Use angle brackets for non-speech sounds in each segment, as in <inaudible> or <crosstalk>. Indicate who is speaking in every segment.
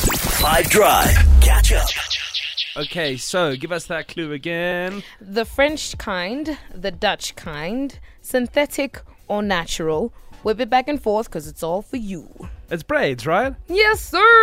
Speaker 1: Five Drive. Catch up.
Speaker 2: Okay, so give us that clue again.
Speaker 3: The French kind, the Dutch kind, synthetic or natural. Whip it back and forth because it's all for you.
Speaker 2: It's braids, right?
Speaker 3: Yes, sir.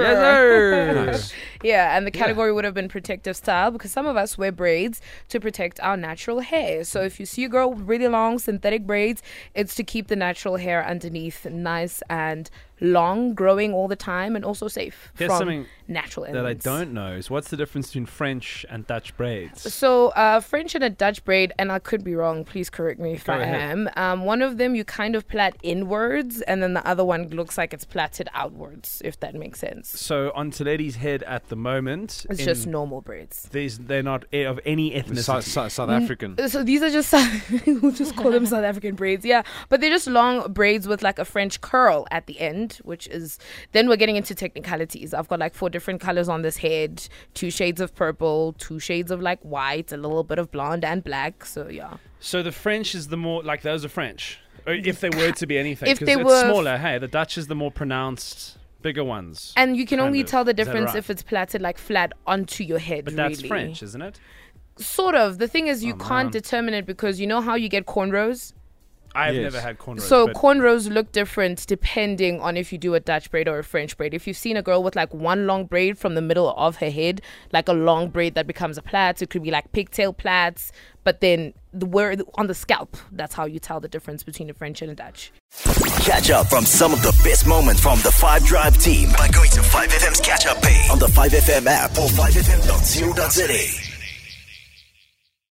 Speaker 2: Yes,
Speaker 3: <laughs>
Speaker 2: sir.
Speaker 3: Yeah, and the category would have been protective style because some of us wear braids to protect our natural hair. So if you see a girl with really long synthetic braids, it's to keep the natural hair underneath nice and long, growing all the time, and also safe
Speaker 2: Here's something
Speaker 3: from natural
Speaker 2: That I
Speaker 3: elements.
Speaker 2: don't know. So what's the difference between French and Dutch braids?
Speaker 3: So, uh, French and a Dutch braid, and I could be wrong. Please correct me if
Speaker 2: Go
Speaker 3: I
Speaker 2: ahead.
Speaker 3: am. Um, one of them you kind of plait inwards, and then the other one looks like it's plaited outwards, if that makes sense.
Speaker 2: So on Toledi's head at the moment,
Speaker 3: It's
Speaker 2: in-
Speaker 3: just normal braids. Uh,
Speaker 2: these they're not a- of any ethnicity.
Speaker 4: South, South, South African.
Speaker 3: So these are just <laughs> South- we'll just call them South African braids, yeah. But they're just long braids with like a French curl at the end, which is then we're getting into technicalities. I've got like four different colors on this head, two shades of purple, two shades of like white, a little bit of blonde and black. So yeah,
Speaker 5: So the French is the more like those are French,
Speaker 2: Uh,
Speaker 5: Or if they were to be anything.
Speaker 3: If
Speaker 5: 'cause
Speaker 3: they
Speaker 5: it's
Speaker 3: were-
Speaker 5: smaller. Hey, the Dutch is the more pronounced, bigger ones.
Speaker 3: and you can
Speaker 5: Kind
Speaker 3: only
Speaker 5: of.
Speaker 3: tell the
Speaker 5: Is that
Speaker 3: difference
Speaker 5: right?
Speaker 3: if it's plaited like flat onto your head.
Speaker 5: but that's
Speaker 3: really.
Speaker 5: French, isn't it?
Speaker 3: Sort of. The thing is, you
Speaker 5: Oh,
Speaker 3: can't
Speaker 5: man.
Speaker 3: determine it because you know how you get cornrows.
Speaker 5: I've
Speaker 4: Yes.
Speaker 5: never had cornrows.
Speaker 3: So
Speaker 5: but
Speaker 3: cornrows look different depending on if you do a Dutch braid or a French braid. If you've seen a girl with like one long braid from the middle of her head, like a long braid that becomes a plait, it could be like pigtail plaits. But then the where on the scalp, that's how you tell the difference between a French and a Dutch.
Speaker 1: Catch up from some of the best moments from the Five Drive team by going to 5FM's catch up page on the 5FM app or 5FM.co.za.